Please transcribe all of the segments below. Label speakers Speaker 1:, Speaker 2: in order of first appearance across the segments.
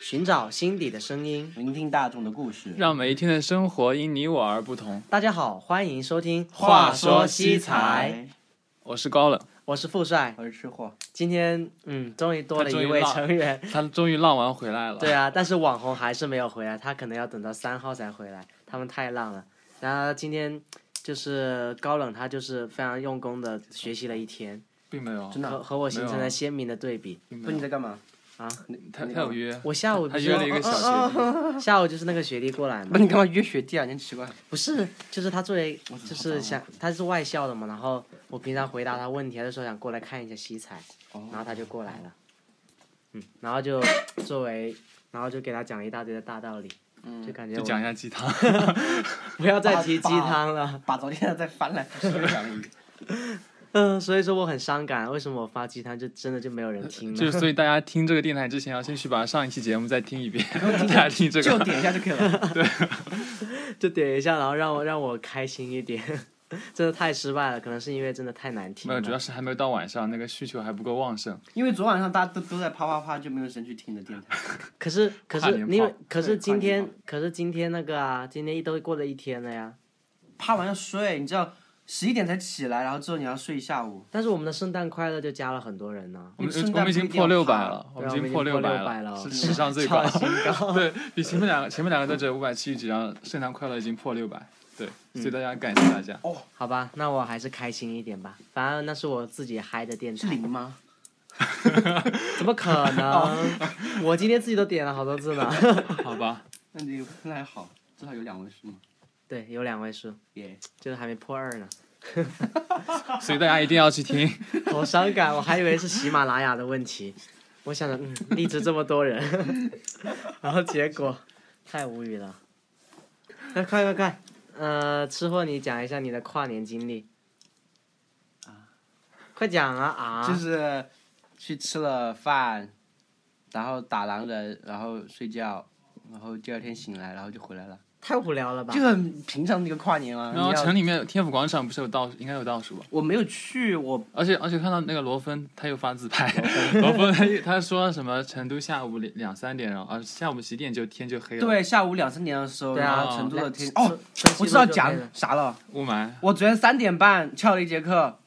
Speaker 1: 寻找心底的声音。
Speaker 2: 聆听大众的故事，
Speaker 3: 让每一天的生活因你我而不同。
Speaker 1: 大家好，欢迎收听《
Speaker 3: 话说西财》，我是高冷，
Speaker 1: 我是富帅。
Speaker 2: 我是吃货，
Speaker 1: 今天嗯，终于多了
Speaker 3: 他终
Speaker 1: 一
Speaker 3: 于
Speaker 1: 位
Speaker 3: 浪
Speaker 1: 成员。
Speaker 3: 他终于浪完回来了。
Speaker 1: 对啊，但是网红还是没有回来，他可能要等到三号才回来，他们太浪了。然后今天就是高冷，他就是非常用功的学习了一天，
Speaker 3: 并没有，
Speaker 2: 真的
Speaker 1: 和
Speaker 2: 啊。
Speaker 1: 和我形成
Speaker 3: 没有
Speaker 1: 了
Speaker 3: 啊
Speaker 1: 鲜明的对比。
Speaker 3: 并
Speaker 2: 不，
Speaker 3: 没
Speaker 2: 你
Speaker 3: 有。
Speaker 2: 在干嘛
Speaker 1: 啊？
Speaker 2: 你
Speaker 3: 他
Speaker 2: 你
Speaker 3: 他
Speaker 2: 干嘛
Speaker 3: 有约，
Speaker 1: 我下午
Speaker 3: 他
Speaker 1: 不嗯是
Speaker 3: 约了一个小学弟。
Speaker 1: 下午就是那个学弟过来嘛
Speaker 2: 不，，你干嘛约学弟啊？你很奇怪。
Speaker 1: 不是，就是他作为
Speaker 2: 我怎么
Speaker 1: 就是想他是外校的嘛，然后我平常回答他问题，他就说想过来看一下西彩，
Speaker 2: 哦
Speaker 1: 然后他就过来了，嗯，然后 就作为，然后就给他讲一大堆的大道理，
Speaker 2: 嗯
Speaker 1: 就感觉
Speaker 3: 就
Speaker 1: 我
Speaker 3: 讲一下鸡汤，
Speaker 1: 嗯不要再提鸡汤了，
Speaker 2: 把昨天的再翻来覆去地讲 一遍。
Speaker 1: 嗯，所以说我很伤感，为什么我发鸡汤就真的就没有人听
Speaker 3: 就
Speaker 1: 呢？
Speaker 3: 是所以大家听这个电台之前，要先去把上一期节目再听一 遍，大家听这
Speaker 2: 就
Speaker 3: 个。
Speaker 2: 点一下就可以了。
Speaker 1: 就点一下，然后让我让我开心一点， 真的太失败了，可能是因为真的太难听
Speaker 3: 没有，主要
Speaker 1: 了。
Speaker 3: 是还没有到晚上，那个需求还不够旺
Speaker 1: 嗯
Speaker 3: 盛。
Speaker 2: 因为昨晚上大家都都在啪啪啪，就没有时间去听你的电台。
Speaker 1: 可是可
Speaker 3: 跨
Speaker 1: 是
Speaker 3: 年
Speaker 1: 你以为
Speaker 3: 炮
Speaker 1: 可是
Speaker 2: 对
Speaker 1: 今
Speaker 2: 跨年
Speaker 1: 天可是今天那个啊，今天一都过了一天了呀。
Speaker 2: 啪完要睡，你知道十一点才起来，然后之后你要睡一下午。
Speaker 1: 但是我们的圣诞快乐就加了很多人呢、
Speaker 3: 我们
Speaker 2: 圣诞
Speaker 3: 我们已经
Speaker 2: 不一定要
Speaker 3: 破六百
Speaker 2: 爬
Speaker 3: 了，我
Speaker 1: 对
Speaker 3: 们
Speaker 1: 啊
Speaker 3: 已经
Speaker 1: 我们已经破
Speaker 3: 六百
Speaker 1: 600了
Speaker 3: 是史上最
Speaker 1: 创
Speaker 3: 高。
Speaker 1: 新高
Speaker 3: 对比前面两个前面两个都只有五百七十几，然后圣诞快乐已经破六百，对，所以大家感谢大家。
Speaker 1: 好吧，那我还是开心一点吧，反正那是我自己嗨的电
Speaker 2: 是
Speaker 1: 台，
Speaker 2: 零吗？
Speaker 1: 怎么可能？ 我今天自己都点了好多次呢。
Speaker 3: 好吧，
Speaker 2: 那你那还好，至少有两位数嘛。
Speaker 1: 对，有两位数，
Speaker 2: 耶、
Speaker 1: 就是还没破二呢，
Speaker 3: 所以大家一定要去听。
Speaker 1: 好伤感，我还以为是喜马拉雅的问题，我想着嗯，荔枝这么多人，然后结果太无语了。那快快快，呃，吃货，你讲一下你的跨年经历。快讲啊啊！
Speaker 2: 就是去吃了饭，然后打狼人，然后睡觉，然后第二天醒来，然后就回来了，
Speaker 1: 太无聊了吧？
Speaker 2: 就很平常的一个跨年啊。
Speaker 3: 然后
Speaker 2: 你要
Speaker 3: 城里面天府广场不是有倒数，应该有倒数吧？
Speaker 2: 我没有去，我
Speaker 3: 而且而且看到那个罗芬，他又发自拍，罗芬他又他说什么成都下午两两三点，然后啊下午几点就天就黑了，
Speaker 2: 对下午两三点的时候，
Speaker 1: 对啊
Speaker 2: 然后成都的天
Speaker 1: 来
Speaker 2: 哦，
Speaker 1: 晨曦
Speaker 2: 我知道
Speaker 1: 路就
Speaker 2: 讲
Speaker 1: 可以了
Speaker 2: 啥了。
Speaker 3: 雾霾，
Speaker 2: 我昨天三点半翘了一节课，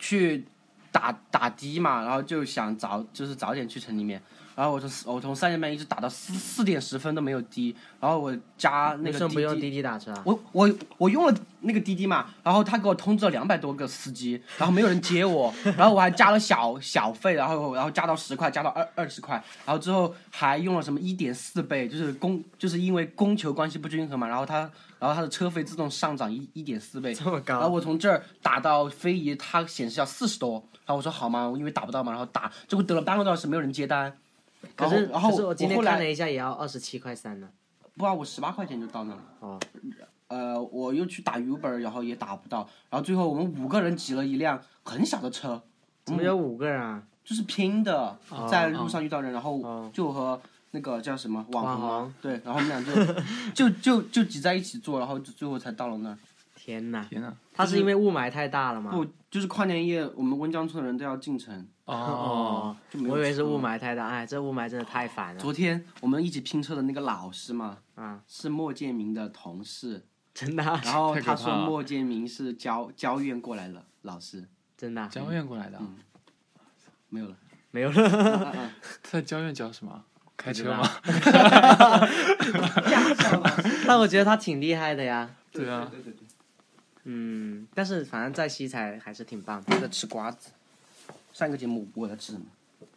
Speaker 2: 去打打的嘛，然后就想早就是早点去城里面。然后我从我从三点半一直打到四四点十分都没有的，然后我加那
Speaker 1: 为
Speaker 2: 个
Speaker 1: 什么不
Speaker 2: 滴
Speaker 1: 用
Speaker 2: 滴
Speaker 1: 滴滴打车啊？
Speaker 2: 我我我用了那个滴滴嘛，然后他给我通知了两百多个司机，然后没有人接我，然后我还加了小小费，然后然后加到十块，加到二二十块，然后之后还用了什么一点四倍，就是供就是因为供求关系不均衡嘛，然后他然后他的车费自动上涨一一点四倍，
Speaker 1: 这么
Speaker 2: 然后
Speaker 1: 高，
Speaker 2: 我从这儿打到非遗，它显示要四十多，然后我说好嘛，因为打不到嘛，然后打，结果等了半个多小时没有人接单，
Speaker 1: 可是
Speaker 2: 然后然后
Speaker 1: 可是我今天
Speaker 2: 我后来
Speaker 1: 看了一下，也要二十七块三呢。
Speaker 2: 不啊，我十八块钱就到那了。
Speaker 1: 哦，
Speaker 2: 呃，我又去打 Uber，然后也打不到，然后最后我们五个人挤了一辆很小的车，
Speaker 1: 怎么有五个人啊？
Speaker 2: 就是拼的，
Speaker 3: 啊
Speaker 2: 在路上遇到人，然
Speaker 1: 哦
Speaker 2: 后就和那个叫什么网红
Speaker 1: 网
Speaker 2: 啊
Speaker 1: 红，
Speaker 2: 对，然后我们俩就就就就挤在一起坐，然后就最后才到了那儿。
Speaker 1: 天哪！
Speaker 3: 天呐，
Speaker 1: 他是因为雾霾太大了吗？
Speaker 2: 不，就是跨年夜，我们温江村的人都要进城，
Speaker 3: 哦
Speaker 1: 哦，，
Speaker 2: 就没有
Speaker 1: 我以为是
Speaker 2: 车
Speaker 1: 雾霾太大，哎，这雾霾真的太烦了
Speaker 2: 昨天我们一起拼车的那个老师嘛，
Speaker 1: 啊！
Speaker 2: 是莫建明的同事，
Speaker 1: 真的啊，
Speaker 2: 然后
Speaker 3: 太可
Speaker 2: 他
Speaker 3: 怕
Speaker 2: 说
Speaker 3: 了
Speaker 2: 莫建明是交交院过来的老师，
Speaker 1: 真的啊
Speaker 3: 交院过来的啊，
Speaker 2: 没有 了。
Speaker 1: 没有了。啊
Speaker 2: 啊啊
Speaker 3: 他在交院教什么？啊开
Speaker 1: 知
Speaker 3: 车
Speaker 1: 道
Speaker 3: 吗？
Speaker 1: 但我觉得他挺厉害的呀，
Speaker 3: 对啊，
Speaker 2: 对对对，
Speaker 1: 嗯，但是反正在西财还是挺棒的。
Speaker 2: 我在吃瓜子。上一个节目我在吃什么？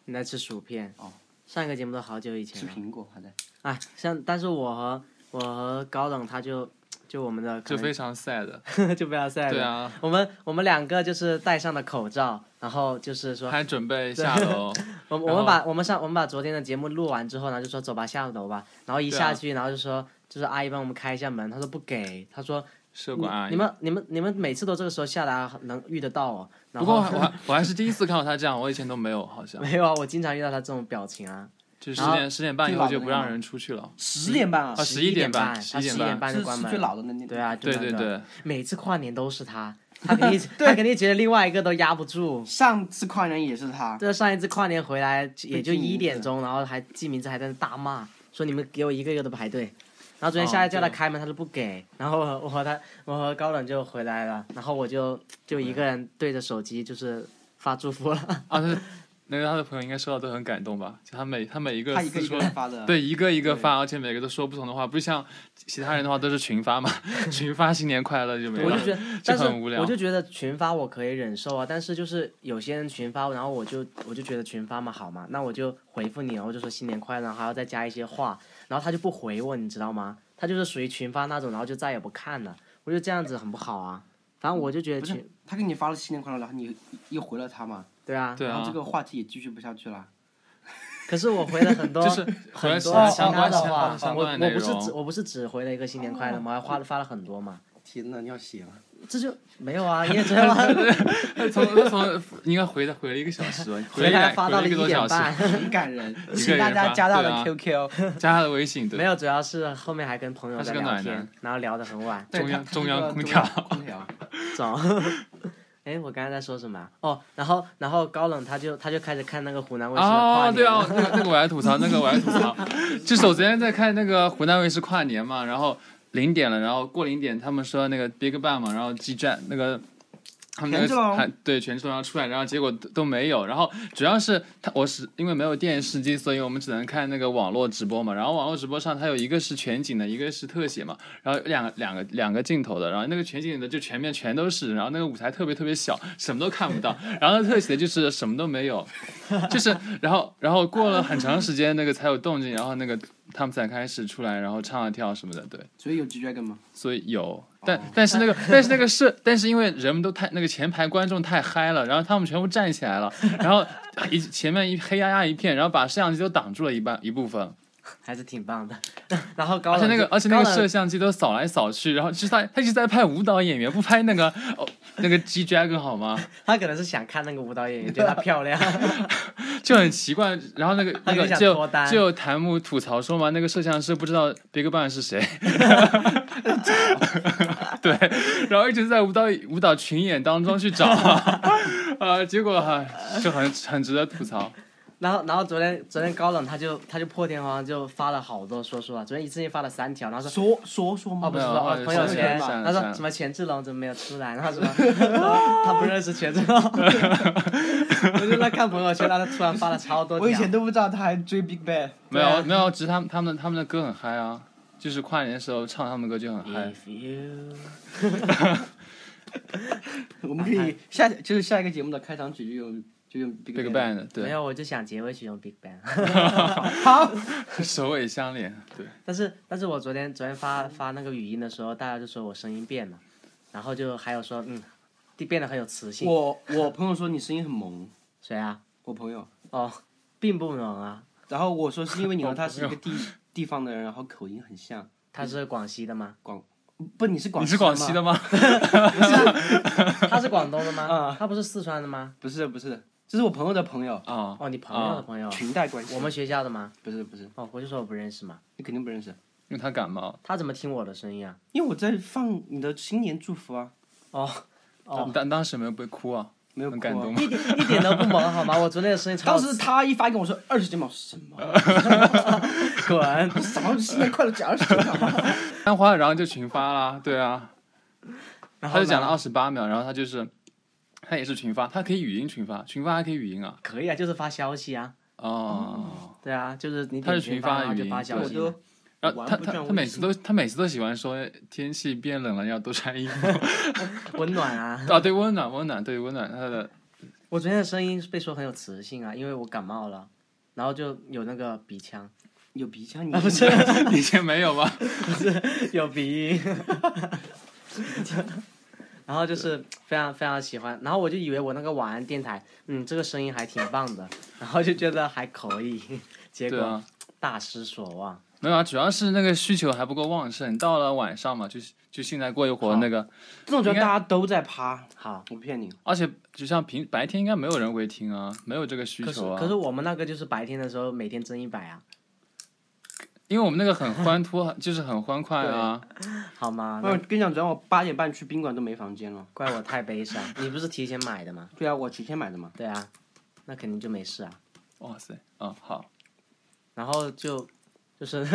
Speaker 1: 你在吃薯片
Speaker 2: 哦？
Speaker 1: 上一个节目都好久以
Speaker 2: 吃
Speaker 1: 前了。
Speaker 2: 苹果，还在。
Speaker 1: 哎，像但是我和我和高冷他就就我们的可
Speaker 3: 就
Speaker 1: 能
Speaker 3: 非常 sad。
Speaker 1: 就不要晒了。
Speaker 3: 对啊，
Speaker 1: 我们我们两个就是戴上了口罩，然后就是说，
Speaker 3: 还准备下楼，
Speaker 1: 我我们
Speaker 3: 然后
Speaker 1: 把我们上我们把昨天的节目录完之后呢，就说走吧下楼吧，然后一
Speaker 3: 对
Speaker 1: 下
Speaker 3: 啊
Speaker 1: 去，然后就说就是阿姨帮我们开一下门，她说不给，她说
Speaker 3: 社管阿姨
Speaker 1: 你。们你们你们每次都这个时候下来啊能遇得到哦，然
Speaker 3: 不过我
Speaker 1: 后
Speaker 3: 还我还我还是第一次看到他这样，我以前都没有，好 像
Speaker 1: 没有啊，我经常遇到她这种表情啊，
Speaker 3: 就十
Speaker 1: 然后
Speaker 3: 点十点半以后就不让
Speaker 2: 最老的那个
Speaker 3: 人出去了。
Speaker 2: 十点半啊
Speaker 3: 啊，
Speaker 1: 11
Speaker 3: 11
Speaker 1: 点
Speaker 3: 点半
Speaker 1: 半，
Speaker 3: 11
Speaker 1: 她
Speaker 3: 点
Speaker 1: 点
Speaker 3: 半
Speaker 1: 就
Speaker 2: 就是
Speaker 1: 关
Speaker 2: 是
Speaker 1: 门
Speaker 2: 最
Speaker 1: 了，
Speaker 2: 老的那那
Speaker 1: 对啊，
Speaker 3: 对对
Speaker 1: 那个，
Speaker 3: 对，
Speaker 1: 每次跨年都是她，他肯定他肯定觉得另外一个都压不住。
Speaker 2: 上次跨年也是他，
Speaker 1: 这上一次跨年回来也就
Speaker 2: 被记名字
Speaker 1: 一点钟，然后还记名字还在那大骂，说你们给我一个一个的排队。然后昨天下来叫他开门，他都不给。然后我和他，我和高冷就回来了，然后我就就一个人对着手机就是发祝福了。
Speaker 3: 啊，他那个他的朋友应该收到都很感动吧？就他每他每一个
Speaker 2: 他一个
Speaker 3: 私
Speaker 2: 一
Speaker 3: 说
Speaker 2: 个人发的，，
Speaker 3: 对，一个一个
Speaker 2: 对
Speaker 3: 发，而且每个都说不同的话，不是像其他人的话都是群发嘛， 群发新年快乐就没
Speaker 1: 我
Speaker 3: 了
Speaker 1: 就。觉得，
Speaker 3: 就
Speaker 1: 但是
Speaker 3: 很无聊
Speaker 1: 我就觉得群发我可以忍受啊，但是就是有些人群发，然后我就我就觉得群发嘛好嘛，那我就回复你，然后就说新年快乐，然后还要再加一些话，然后他就不回我，你知道吗？他就是属于群发那种，然后就再也不看了，我觉得这样子很不好啊。反正我就觉得
Speaker 2: 不是
Speaker 1: 群，
Speaker 2: 他给你发了新年快乐，然后你又回了他嘛，
Speaker 1: 对啊，
Speaker 3: 对
Speaker 2: 然后
Speaker 3: 啊
Speaker 2: 这，个话题也继续不下去了。
Speaker 1: 可是我回了很多，
Speaker 3: 就是回来
Speaker 1: 很多
Speaker 3: 是
Speaker 1: 其
Speaker 3: 相
Speaker 1: 他
Speaker 3: 关
Speaker 1: 的
Speaker 3: 相
Speaker 1: 话
Speaker 3: 关，相
Speaker 1: 我
Speaker 3: 关的
Speaker 1: 我
Speaker 3: 内
Speaker 1: 不是只
Speaker 3: 容。
Speaker 1: 我不是只回了一个新年快乐吗？我还发了发了很多嘛，
Speaker 2: 天呐，你要写 了，
Speaker 1: 这就没有啊，你也知道啊，
Speaker 3: 从从应该回的回了一个小时吧，
Speaker 1: 回
Speaker 3: 了
Speaker 1: 来
Speaker 3: 来
Speaker 1: 发
Speaker 3: 回
Speaker 1: 到
Speaker 3: 了
Speaker 1: 了
Speaker 3: 一个
Speaker 1: 一
Speaker 3: 多
Speaker 1: 点
Speaker 3: 小时，
Speaker 1: 半。
Speaker 2: 很感人，
Speaker 3: 一
Speaker 2: 请
Speaker 3: 个
Speaker 2: 大
Speaker 3: 人
Speaker 2: 家
Speaker 3: 发
Speaker 2: 加到
Speaker 3: 对
Speaker 2: 了
Speaker 3: 啊
Speaker 2: QQ，
Speaker 3: 加他的微信，
Speaker 1: 没
Speaker 3: 对，
Speaker 1: 有，主要是后面还跟朋友
Speaker 3: 他是
Speaker 1: 在
Speaker 3: 个
Speaker 1: 聊
Speaker 3: 暖
Speaker 1: 天
Speaker 3: 男，
Speaker 1: 然后聊得很 晚，
Speaker 2: 对
Speaker 3: 中央
Speaker 2: 他他
Speaker 3: 中
Speaker 2: 这
Speaker 3: 央
Speaker 2: 个
Speaker 3: 空
Speaker 2: 中
Speaker 3: 调
Speaker 2: 央空调，
Speaker 1: 走。 哎，我刚才在说什么啊、哦，然后然后高冷他就他就开始看那个湖南卫视的跨
Speaker 3: 哦，
Speaker 1: 年
Speaker 3: 对啊
Speaker 1: 了，
Speaker 3: 那个那个我来吐槽，那个我来吐槽。 就是我昨天在看那个湖南卫视跨年嘛，然后零点了，然后过零点，他们说那个 Big Bang 嘛，然后 G 站那个。他们那
Speaker 2: 权志
Speaker 3: 个
Speaker 2: 龙
Speaker 3: 还对权志龙要出来，然后结果都都没有。然后主要是他，我是因为没有电视机，所以我们只能看那个网络直播嘛。然后网络直播上它有一个是全景的，一个是特写嘛。然后有两个两个两个镜头的，然后那个全景的就全面全都是，然后那个舞台特别特别小，什么都看不到。然后特写的就是什么都没有，就是，然后，然后过了很长时间，那个才有动静，然后那个他们才开始出来，然后唱啊跳什么的，对，
Speaker 2: 所以有 G Dragon 吗？
Speaker 3: 所以
Speaker 1: 哦
Speaker 3: 有，但但是那个， 但是那个是，但是因为人们都太那个前排观众太嗨了，然后他们全部站起来了， 然后一前面一黑压压一片，然后把摄像机都挡住了一半一部分，
Speaker 1: 还是挺棒的。 然后高
Speaker 3: 而
Speaker 1: 冷
Speaker 3: 且那个而且那个
Speaker 1: 是
Speaker 3: 摄像机都扫来扫去，然后就是他他一直在拍舞蹈演员，不拍那个哦那个 G Dragon 好吗？
Speaker 1: 他可能是想看那个舞蹈演员，觉得她 漂亮，
Speaker 3: 就很奇怪，然后那个
Speaker 1: 他
Speaker 3: 那
Speaker 1: 有
Speaker 3: 个
Speaker 1: 点
Speaker 3: 就
Speaker 1: 脱单
Speaker 3: 就有弹幕吐槽说嘛，那个摄像师不知道 Big Bang 是谁， 对，然后一直在舞蹈舞蹈群演当中去找，呃，结果哈、就很很值得吐槽。
Speaker 1: 然后然后昨天昨天高冷他就他就破天荒就发了好多说说啊，昨天一次性发了三条，然后说。
Speaker 2: 说说说吗？
Speaker 1: 哦，不是
Speaker 3: 没
Speaker 1: 说
Speaker 3: 有
Speaker 1: 哦
Speaker 3: 哦，
Speaker 1: 朋友
Speaker 2: 删了
Speaker 1: 圈，
Speaker 2: 删
Speaker 3: 了
Speaker 1: 他
Speaker 3: 删
Speaker 1: 说
Speaker 3: 了
Speaker 1: 什么权志龙怎么没有出来，然后什 么哦他不认识权志龙，我就在看朋友圈，然后他突然发了超多条。
Speaker 2: 我以前都不知道他还追 Big Bang，
Speaker 3: 没
Speaker 1: 对啊
Speaker 3: 有没有，只是他们他们他们的歌很嗨啊，就是跨年的时候唱他们的歌就很嗨。
Speaker 1: If you
Speaker 2: 我们可以下就是下一个节目的开场曲就用就用 Big
Speaker 3: Big Bang 的
Speaker 1: 没
Speaker 3: 对，
Speaker 1: 有，我就想结尾曲用 Big Bang。
Speaker 3: 首尾相连，对，
Speaker 1: 但是，但是我昨天昨天发发那个语音的时候，大家就说我声音变了，然后就还有说嗯，地变得很有磁性。
Speaker 2: 我我朋友说你声音很萌，
Speaker 1: 谁啊？
Speaker 2: 我朋友，
Speaker 1: 哦，并不萌啊，
Speaker 2: 然后我说是因为你和他是一个地地方的人，然后口音很像。
Speaker 1: 他是广西的 吗？
Speaker 2: 不，你是广
Speaker 3: 你是广西
Speaker 2: 西
Speaker 3: 的
Speaker 2: 吗？
Speaker 3: 吗？
Speaker 1: 他是广东的吗
Speaker 2: 啊？
Speaker 1: 他不是四川的吗？
Speaker 2: 不是不是，这是我朋友的朋友，
Speaker 3: 啊，
Speaker 1: 哦，你朋友的朋友，
Speaker 2: 裙带关系。
Speaker 1: 我们学校的吗？
Speaker 2: 不是不是，
Speaker 1: 哦，我就说我不认识嘛，
Speaker 2: 你肯定不认识，
Speaker 3: 因为他感冒，
Speaker 1: 他怎么听我的声音啊？
Speaker 2: 因为我在放你的新年祝福啊，
Speaker 1: 哦，
Speaker 3: 当当时有没有被哭啊，
Speaker 2: 没有
Speaker 3: 很
Speaker 2: 哭啊
Speaker 3: 感动吗？
Speaker 1: 一点一点都不萌好吗？我昨天的声音超
Speaker 2: 当时他一发给我说二十九秒什么？
Speaker 1: 滚，
Speaker 2: 什么新年快乐讲二十九秒？
Speaker 3: 三花，然后就群发啦，对啊，
Speaker 1: 然
Speaker 3: 他
Speaker 1: 后
Speaker 3: 就
Speaker 1: 呢
Speaker 3: 讲了二哦十八秒，然后他就是，他也是群发，他可以语音群发，群发还可以语音啊，
Speaker 1: 可以啊，就是发消息啊，
Speaker 3: 哦，
Speaker 1: 对啊，就是你
Speaker 3: 他是
Speaker 1: 点群
Speaker 3: 群
Speaker 1: 发
Speaker 3: 发
Speaker 1: 然后就
Speaker 3: 语
Speaker 1: 发
Speaker 3: 音
Speaker 1: 消
Speaker 2: 我
Speaker 1: 息
Speaker 2: 都
Speaker 1: 嘛。
Speaker 3: 然后
Speaker 2: 玩
Speaker 3: 他
Speaker 2: 不
Speaker 3: 他
Speaker 2: 转
Speaker 3: 他
Speaker 2: 微
Speaker 3: 每次
Speaker 2: 信
Speaker 3: 都他每次都喜欢说天气变冷了要多穿衣服
Speaker 1: 温暖啊。
Speaker 3: 啊，对温暖温暖对温暖 他的
Speaker 1: 我昨天的声音被说很有磁性啊，因为我感冒了，然后就有那个鼻腔，
Speaker 2: 有鼻 腔，你
Speaker 1: 不是
Speaker 3: 你以前没有吗？
Speaker 1: 有鼻音， 然后就是非常非常喜欢，然后我就以为我那个晚安电台，嗯，这个声音还挺棒的，然后就觉得还可以，结
Speaker 3: 对
Speaker 1: 果
Speaker 3: 啊，
Speaker 1: 大失所望。
Speaker 3: 没有啊，主要是那个需求还不够旺盛，到了晚上嘛，就是就现在过一会儿那个，
Speaker 2: 这种觉得大家都在趴，
Speaker 1: 好，
Speaker 2: 我不骗你。
Speaker 3: 而且就像平白天应该没有人会听啊，没有这个需
Speaker 1: 可是
Speaker 3: 求
Speaker 1: 可
Speaker 3: 啊
Speaker 1: 是，我们那个就是白天的时候每天增一百啊，
Speaker 3: 因为我们那个很欢脱，就是很欢快啊。
Speaker 1: 好吗？
Speaker 2: 我
Speaker 3: 嗯
Speaker 1: 那
Speaker 2: 跟你讲，主要我八点半去宾馆都没房间了。
Speaker 1: 怪我太悲伤。你不是提前买的吗？
Speaker 2: 对啊，我提前买的嘛。
Speaker 1: 对啊，那肯定就没事啊。
Speaker 3: 哇塞，嗯，好，
Speaker 1: 然后就就是。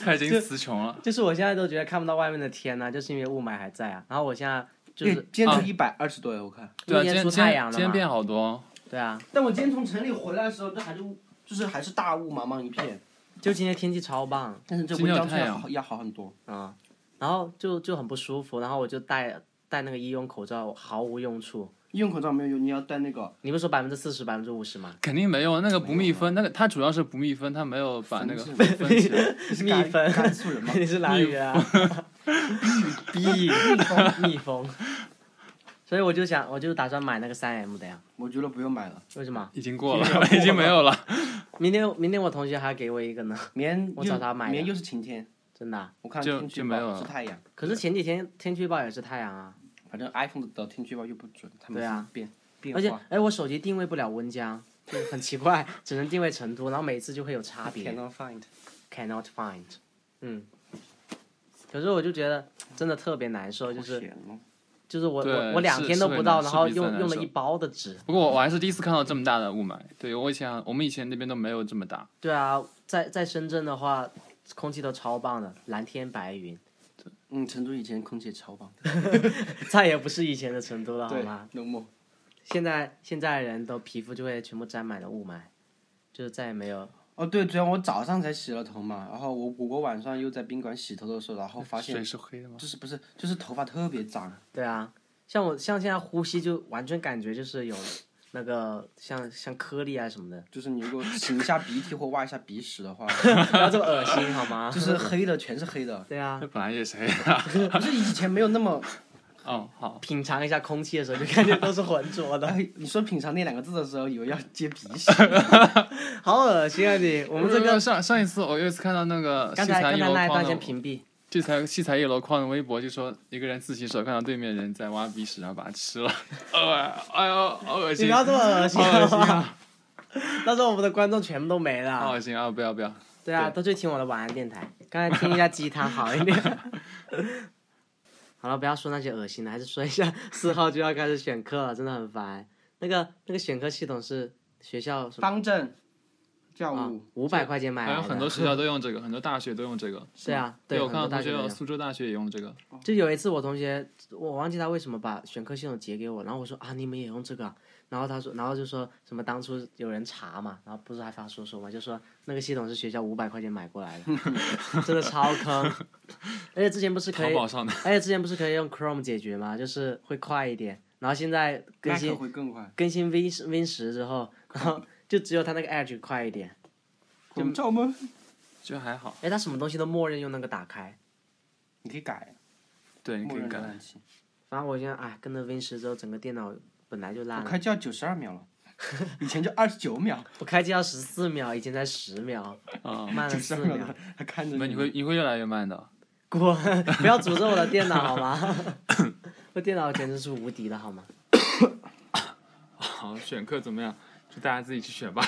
Speaker 3: 他已经词穷了
Speaker 1: 就是我现在都觉得看不到外面的天呐、就是因为雾霾还在啊。然后我现在就
Speaker 2: 对，
Speaker 3: 嗯
Speaker 1: 是
Speaker 2: 今天
Speaker 3: 啊
Speaker 2: 就一百二十多了，我看。
Speaker 3: 对啊，
Speaker 1: 今天
Speaker 3: 今天
Speaker 1: 出
Speaker 3: 今
Speaker 1: 太阳了
Speaker 3: 天
Speaker 1: 嘛
Speaker 3: 今天变好多。
Speaker 1: 对啊，
Speaker 2: 但我今天从城里回来的时候，这还是雾就是还是大雾茫茫一片，
Speaker 1: 就今天天气超棒
Speaker 2: 但是这
Speaker 3: 今天
Speaker 2: 温
Speaker 3: 有
Speaker 2: 江出来
Speaker 3: 太阳
Speaker 2: 好要好很多。
Speaker 1: 啊、然后就就很不舒服，然后我就戴戴那个医用口罩毫无用处。
Speaker 2: 医用口罩没有用，你要戴那个
Speaker 1: 你不是说百分之四十、百分之五十吗？
Speaker 3: 肯定没用，那个不密封，那个它主要是不密封，它没有把那个
Speaker 2: 分
Speaker 3: 分 起来。
Speaker 1: 蜜蜂
Speaker 2: 甘甘肃人吗
Speaker 1: ？你是哪里人啊？ 蜜蜂，蜜蜂。所以我就想，我就打算买那个三 M 的呀。
Speaker 2: 我觉得不用买了，
Speaker 1: 为什么？
Speaker 3: 已经 过了，已经没有了。
Speaker 1: 明天明天我同学还给我一个呢，
Speaker 2: 明天
Speaker 1: 我
Speaker 2: 又
Speaker 1: 找他买的
Speaker 2: 明天又是晴天，
Speaker 1: 真的啊、
Speaker 2: 我看
Speaker 3: 就
Speaker 2: 天气
Speaker 3: 就
Speaker 2: 预
Speaker 3: 没有
Speaker 2: 报
Speaker 3: 了
Speaker 2: 是太阳，
Speaker 1: 可是前几天天气预报也是太阳啊，
Speaker 2: 反正 iPhone 的天气预报又不准，他们
Speaker 1: 对啊
Speaker 2: 变变
Speaker 1: 而且
Speaker 2: 化。
Speaker 1: 哎，我手机定位不了温江，就很奇怪，只能定位成都，然后每次就会有差别
Speaker 2: Cannot find。
Speaker 1: ，cannot find。嗯，可是我就觉得真的特别难受，就
Speaker 2: 好
Speaker 1: 是
Speaker 2: 险哦
Speaker 1: 就是我我
Speaker 3: 对
Speaker 1: 我两
Speaker 3: 是
Speaker 1: 天都
Speaker 3: 是
Speaker 1: 不
Speaker 3: 很
Speaker 1: 到，
Speaker 3: 难
Speaker 1: 然
Speaker 3: 是
Speaker 1: 后
Speaker 3: 比较
Speaker 1: 用
Speaker 3: 难
Speaker 1: 用了
Speaker 3: 受
Speaker 1: 一包的纸。
Speaker 3: 不过我还是第一次看到这么大的雾霾。对我以前我们以前那边都没有这么大。
Speaker 1: 对啊，在在深圳的话，空气都超棒的，蓝天白云，
Speaker 2: 嗯，成都以前空气超棒的。
Speaker 1: 再也不是以前的成都了，好吗？
Speaker 2: ，no more。
Speaker 1: 现在现在人都皮肤就会全部沾满了雾霾，就是再也没有
Speaker 2: 哦，对，昨天我早上才洗了头嘛，然后我我我晚上又在宾馆洗头的时候，然后发现
Speaker 3: 水是黑的吗？
Speaker 2: 就是不是就是头发特别脏，
Speaker 1: 对啊，像我像现在呼吸就完全感觉就是有那个像像颗粒啊什么的，
Speaker 2: 就是你如果擤一下鼻涕或挖一下鼻屎的 话，
Speaker 1: 不要这么恶心好吗？
Speaker 2: 就是黑的，全是黑的。
Speaker 1: 对啊，
Speaker 3: 这本来也是黑的。
Speaker 2: 不是以前没有那么
Speaker 3: 哦，好，
Speaker 1: 品尝一下空气的时候就感觉都是浑浊的，
Speaker 2: 哎，你说“品尝”那两个字的时候，以为要接鼻屎。
Speaker 1: 好恶心啊你！我们这个
Speaker 3: 上上一次我有一次看到那个
Speaker 1: 刚
Speaker 3: 器
Speaker 1: 才
Speaker 3: 材
Speaker 1: 刚
Speaker 3: 一
Speaker 1: 才
Speaker 3: 箩
Speaker 1: 那一
Speaker 3: 筐
Speaker 1: 段先
Speaker 3: 的，
Speaker 1: 屏蔽，
Speaker 3: 器材器材一箩筐的微博就说一个人自洗手看到对面人在挖鼻屎，然后把它吃了。 呃，哎呦，好恶
Speaker 1: 你
Speaker 3: 心，
Speaker 1: 不要这么恶心
Speaker 3: 好
Speaker 1: 好
Speaker 3: 恶心
Speaker 1: 吗？
Speaker 3: 啊！
Speaker 1: 到时候我们的观众全部都没了。
Speaker 3: 好恶心啊！不要不要，
Speaker 1: 对啊，
Speaker 3: 对
Speaker 1: 都去听我的晚安电台，刚才听一下鸡汤好一点。好了，不要说那些恶心的，还是说一下四号就要开始选课了，真的很烦。那个那个选课系统是学校什么？
Speaker 2: 方正教
Speaker 1: 啊
Speaker 2: 务，，
Speaker 1: 五百块钱买
Speaker 3: 哦好
Speaker 1: 来
Speaker 3: 像
Speaker 1: 的，
Speaker 3: 很多学校都用这个，很多大学都用这个。
Speaker 1: 对啊，
Speaker 3: 对，我
Speaker 1: 很
Speaker 3: 看到
Speaker 1: 多大
Speaker 3: 同
Speaker 1: 学
Speaker 3: 学
Speaker 1: 都有。
Speaker 3: 有苏州大学也用这个。
Speaker 1: 就有一次我同学，我忘记他为什么把选课系统截给我，然后我说啊你们也用这个啊，然后他说，然后就说什么当初有人查嘛，然后不是还发说说嘛，就说那个系统是学校五百块钱买过来的，真的超坑，而且之前不是可
Speaker 3: 淘
Speaker 1: 以，
Speaker 3: 宝上的，
Speaker 1: 而且之前不是可以用 Chrome 解决嘛，就是会快一点，然后现在更
Speaker 2: Mac
Speaker 1: 新
Speaker 2: 会更快。
Speaker 1: 更新 Win Win 十之后，然后就只有他那个 Edge 快一点，
Speaker 2: 口罩吗？
Speaker 3: 就还好。
Speaker 1: 哎，他什么东西都默认用那个打开。
Speaker 2: 你可以改，
Speaker 3: 对，你
Speaker 2: 默
Speaker 3: 可以
Speaker 2: 认浏
Speaker 3: 改。
Speaker 2: 览器。
Speaker 1: 反正我现在哎，跟着 Win 十之后，整个电脑本来就
Speaker 2: 我
Speaker 3: 啊
Speaker 1: 烂了，
Speaker 2: 开就要九十二秒了，以前就二十九 秒，
Speaker 1: 我开机要十四秒，以前才十秒，
Speaker 3: 啊，
Speaker 1: 慢了
Speaker 2: 九十
Speaker 1: 四
Speaker 2: 二秒
Speaker 1: 秒
Speaker 2: 的。还看着
Speaker 3: 那你会你会越来越慢的。
Speaker 1: 滚！不要诅咒我的电脑好吗？ 我电脑简直是无敌的好吗？
Speaker 3: 好，选课怎么样？就大家自己去选吧。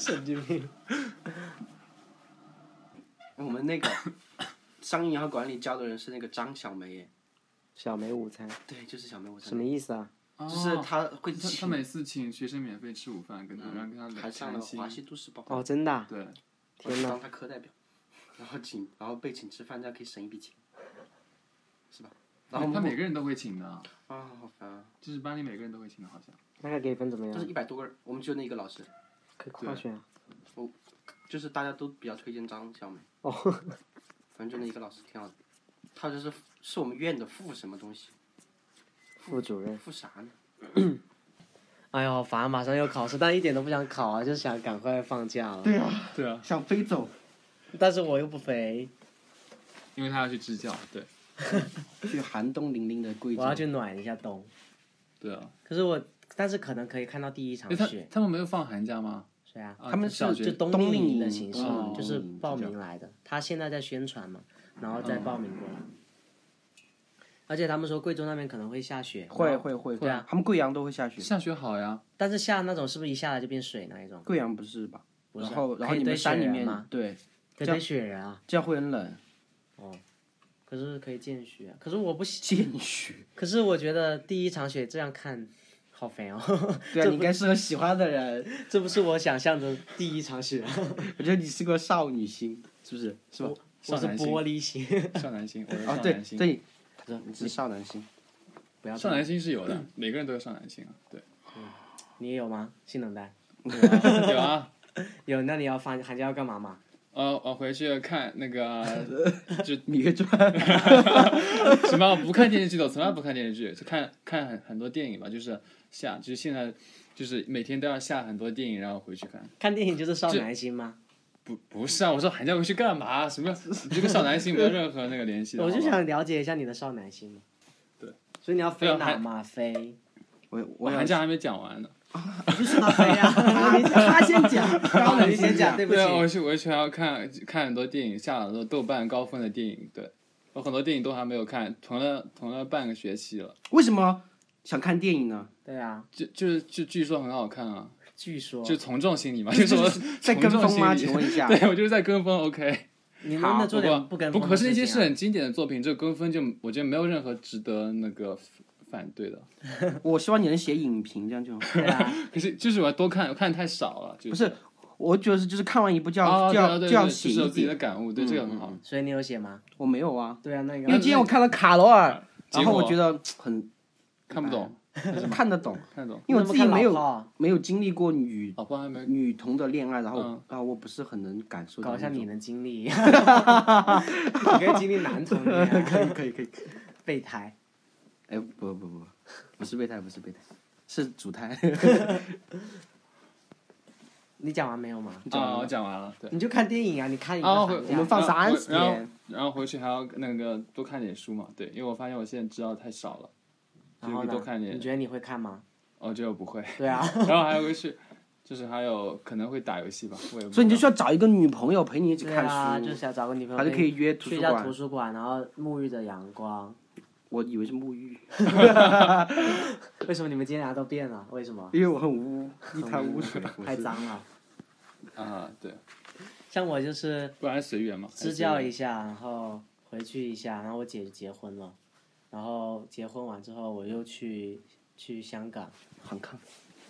Speaker 1: 神经病！
Speaker 2: 我们那个 商业银行管理教的人是那个张小梅耶，
Speaker 1: 小梅午餐
Speaker 2: 对，就是小梅，我
Speaker 1: 什么意思啊？
Speaker 2: 就是他会
Speaker 3: 哦他他
Speaker 2: 请，
Speaker 3: 每次请学生免费吃午饭，跟他让跟他
Speaker 2: 还
Speaker 3: 聊
Speaker 2: 上了
Speaker 3: 谈
Speaker 2: 《
Speaker 3: 心
Speaker 2: 华。西都市报》，
Speaker 1: 哦，真的啊、
Speaker 3: 对，
Speaker 1: 天哪
Speaker 2: 当他课代表，然后请，然后被请吃饭，这样可以省一笔钱，是吧？然
Speaker 1: 哎
Speaker 2: 后
Speaker 3: 他
Speaker 2: 我
Speaker 3: 每个人都会请的，
Speaker 2: 啊，好烦啊！
Speaker 3: 就是班里每个人都会请的，好像。
Speaker 1: 那个给分怎么
Speaker 2: 就是
Speaker 1: 样？
Speaker 2: 一百多个人，我们只有那一个老师，
Speaker 1: 可以跨选啊。
Speaker 2: 就是大家都比较推荐张小梅，
Speaker 1: 哦，
Speaker 2: 反正就那一个老师挺好的，他就是是我们院的副什么东西，
Speaker 1: 副主任。
Speaker 2: 副啥呢？
Speaker 1: 哎呦，好烦！马上要考试，但一点都不想考啊，就想赶快放假了。对啊。
Speaker 3: 对啊，
Speaker 2: 想飞走，
Speaker 1: 但是我又不肥，
Speaker 3: 因为他要去支教。对，
Speaker 2: 去寒冬凛凛的贵州
Speaker 1: 我要，去暖一下冬。
Speaker 3: 对啊。
Speaker 1: 可是我，但是可能可以看到第一场
Speaker 3: 哎，他
Speaker 1: 雪，
Speaker 3: 他们没有放寒假吗？
Speaker 1: 谁啊？
Speaker 3: 啊
Speaker 2: 他们
Speaker 3: 小
Speaker 2: 是
Speaker 1: 就
Speaker 3: 学
Speaker 1: 冬
Speaker 2: 冬令
Speaker 1: 营的
Speaker 2: 营
Speaker 1: 形式
Speaker 2: 冬
Speaker 1: 嘛，
Speaker 2: 令
Speaker 1: 就
Speaker 2: 营
Speaker 1: 是
Speaker 2: 这
Speaker 1: 报
Speaker 2: 样嗯
Speaker 1: 名来的。他现在在宣传嘛，然后再报名过来。而且他们说贵州那边可能会下雪，
Speaker 2: 会会会，
Speaker 1: 对啊
Speaker 2: 他们贵阳都会下雪，
Speaker 3: 下学好呀。
Speaker 1: 但是下那种是不是一下来就变水那一种？
Speaker 2: 贵阳不是吧？
Speaker 1: 不是啊
Speaker 2: 然后然
Speaker 1: 可
Speaker 2: 后
Speaker 1: 以
Speaker 2: 你们
Speaker 1: 堆雪
Speaker 2: 山里
Speaker 1: 人
Speaker 2: 面
Speaker 1: 吗
Speaker 2: 对，
Speaker 1: 得堆雪人啊，
Speaker 2: 这样会很冷，
Speaker 1: 可是可以见雪啊，可是我不喜，
Speaker 2: 见 血。
Speaker 1: 可是我觉得第一场雪这样看好肥哦，
Speaker 2: 对啊，你应该适合喜欢的人。
Speaker 1: 这不是我想象的第一场雪，
Speaker 2: 我觉得你是个少女心，是不是？是吧？
Speaker 1: 我是
Speaker 3: 少男心
Speaker 1: 玻璃心，
Speaker 3: 少男心，我是
Speaker 2: 啊，
Speaker 3: 少
Speaker 2: 对
Speaker 3: 男心，
Speaker 2: 对，你是少男心。
Speaker 1: 不要
Speaker 3: 少
Speaker 1: 动，
Speaker 3: 男心是有
Speaker 2: 嗯
Speaker 3: 的，每个人都有少男心啊，对，
Speaker 1: 你也有吗？性冷淡
Speaker 3: 有啊，
Speaker 1: 有，那你要放寒假要干嘛嘛？
Speaker 3: 呃，我回去看那个
Speaker 2: 芈月传，
Speaker 3: 什么不看电视剧的，我从来不看电视剧，就看看很很多电影吧，就是下，就是现在就是每天都要下很多电影，然后回去看。
Speaker 1: 看电影就是少男心吗？
Speaker 3: 不不是啊，我说寒假回去干嘛？什么？你这个少男心没有任何那个联系 的。
Speaker 1: 我就
Speaker 3: 啊好吧，
Speaker 1: 想了解一下你的少男心嘛。
Speaker 3: 对，
Speaker 1: 所以你要飞
Speaker 3: 对啊
Speaker 1: 哪
Speaker 3: 还
Speaker 1: 嘛？飞，
Speaker 2: 我
Speaker 3: 我
Speaker 2: 要
Speaker 3: 寒 假还没讲完呢。
Speaker 1: 就是他飞啊！他先讲，
Speaker 2: 高冷
Speaker 1: 你先
Speaker 2: 先
Speaker 1: 讲，
Speaker 2: 讲
Speaker 1: 对不
Speaker 3: 对啊，我
Speaker 1: 起。
Speaker 3: 去我去还要看看很多电影，下了很多豆瓣高分的电影，对我很多电影都还没有看，囤了囤了半个学期了。
Speaker 2: 为什么想看电影呢？
Speaker 1: 对啊，
Speaker 3: 就就是就据说很好看啊，
Speaker 1: 据说
Speaker 3: 就从众心理嘛，就是我
Speaker 2: 在跟风吗？
Speaker 3: 从众心理
Speaker 2: 请问一下，
Speaker 3: 对我就是在跟风，OK。
Speaker 1: 你能不能做点
Speaker 3: 不
Speaker 1: 跟
Speaker 3: 不
Speaker 1: 风
Speaker 3: 可
Speaker 1: 的
Speaker 3: 是那
Speaker 1: 事
Speaker 3: 些
Speaker 1: 情
Speaker 3: 是
Speaker 1: 啊
Speaker 3: 很经典的作品，这跟风就我觉得没有任何值得那个反反对的。
Speaker 2: 我希望你能写影评，这样就好。
Speaker 1: 对啊，
Speaker 3: 可是就是我要多看，我看太少了，就
Speaker 2: 不是，我觉得是就是看完一部就
Speaker 3: 哦
Speaker 2: 要就
Speaker 3: 对啊
Speaker 2: 要就
Speaker 3: 对对
Speaker 2: 要
Speaker 3: 对，
Speaker 2: 写
Speaker 3: 就是有
Speaker 2: 一嗯
Speaker 3: 自己
Speaker 2: 遍。
Speaker 3: 的感悟，对这个很好。
Speaker 1: 所以你有写吗？
Speaker 2: 我没有啊，
Speaker 1: 对啊，那应
Speaker 2: 因
Speaker 1: 该
Speaker 2: 为今天我看了卡罗尔，
Speaker 3: 结
Speaker 2: 然后我
Speaker 3: 果
Speaker 2: 觉得很
Speaker 3: 看不懂，
Speaker 2: 看得懂，
Speaker 3: 看得懂。哦
Speaker 2: 因为我自己没有
Speaker 1: 有
Speaker 2: 没有经历哦过女
Speaker 3: 老婆还没
Speaker 2: 女童的恋爱，然后
Speaker 3: 嗯
Speaker 2: 啊我不是很能感受到
Speaker 1: 搞一下
Speaker 2: 那
Speaker 1: 你
Speaker 2: 种。
Speaker 1: 的经历，你可以经历男童恋爱
Speaker 2: 可以可以可以。
Speaker 1: 备胎。
Speaker 2: 哎不不不不，不是备胎不是备胎，是主 胎。
Speaker 1: 你讲完没有嘛？
Speaker 3: 啊，我讲完了，对。
Speaker 1: 你就看电影啊，你看一个
Speaker 3: 啊，
Speaker 1: 寒
Speaker 3: 回
Speaker 1: 假
Speaker 2: 我们放
Speaker 3: 然后
Speaker 2: 三
Speaker 3: 回
Speaker 2: 十
Speaker 3: 然后
Speaker 2: 天
Speaker 3: 然后回去还要那个多看点书嘛，对，因为我发现我现在知道太少了，
Speaker 1: 然后
Speaker 3: 就
Speaker 1: 呢
Speaker 3: 多看？点
Speaker 1: 你觉得你会看吗？
Speaker 3: 哦，这我不 会。
Speaker 1: 对啊，
Speaker 3: 然后还有个是，就是还有可能会打游戏吧，我也不知道。
Speaker 2: 所以你就需要找一个女朋友陪你一起
Speaker 1: 对
Speaker 2: 看
Speaker 1: 啊，
Speaker 2: 书
Speaker 1: 就，是要找个女朋
Speaker 2: 还
Speaker 1: 友
Speaker 2: 是
Speaker 1: 陪
Speaker 2: 可
Speaker 1: 你
Speaker 2: 以约图
Speaker 1: 去
Speaker 2: 书
Speaker 1: 一下图
Speaker 2: 馆。
Speaker 1: 书馆，然后沐浴着阳光。
Speaker 2: 我以为是 沐浴，
Speaker 1: 为什么你们今天俩都变了？为什么？
Speaker 2: 因为我很污，一滩污水。我
Speaker 1: 太
Speaker 2: 是
Speaker 1: 脏了。
Speaker 3: 啊，对，
Speaker 1: 像我就是
Speaker 3: 不然随缘嘛。
Speaker 1: 支
Speaker 3: 还
Speaker 1: 教
Speaker 3: 是
Speaker 1: 一下，然后回去一下，然后我姐就结婚了，然后结婚完之后我又去去香港、
Speaker 2: 很看。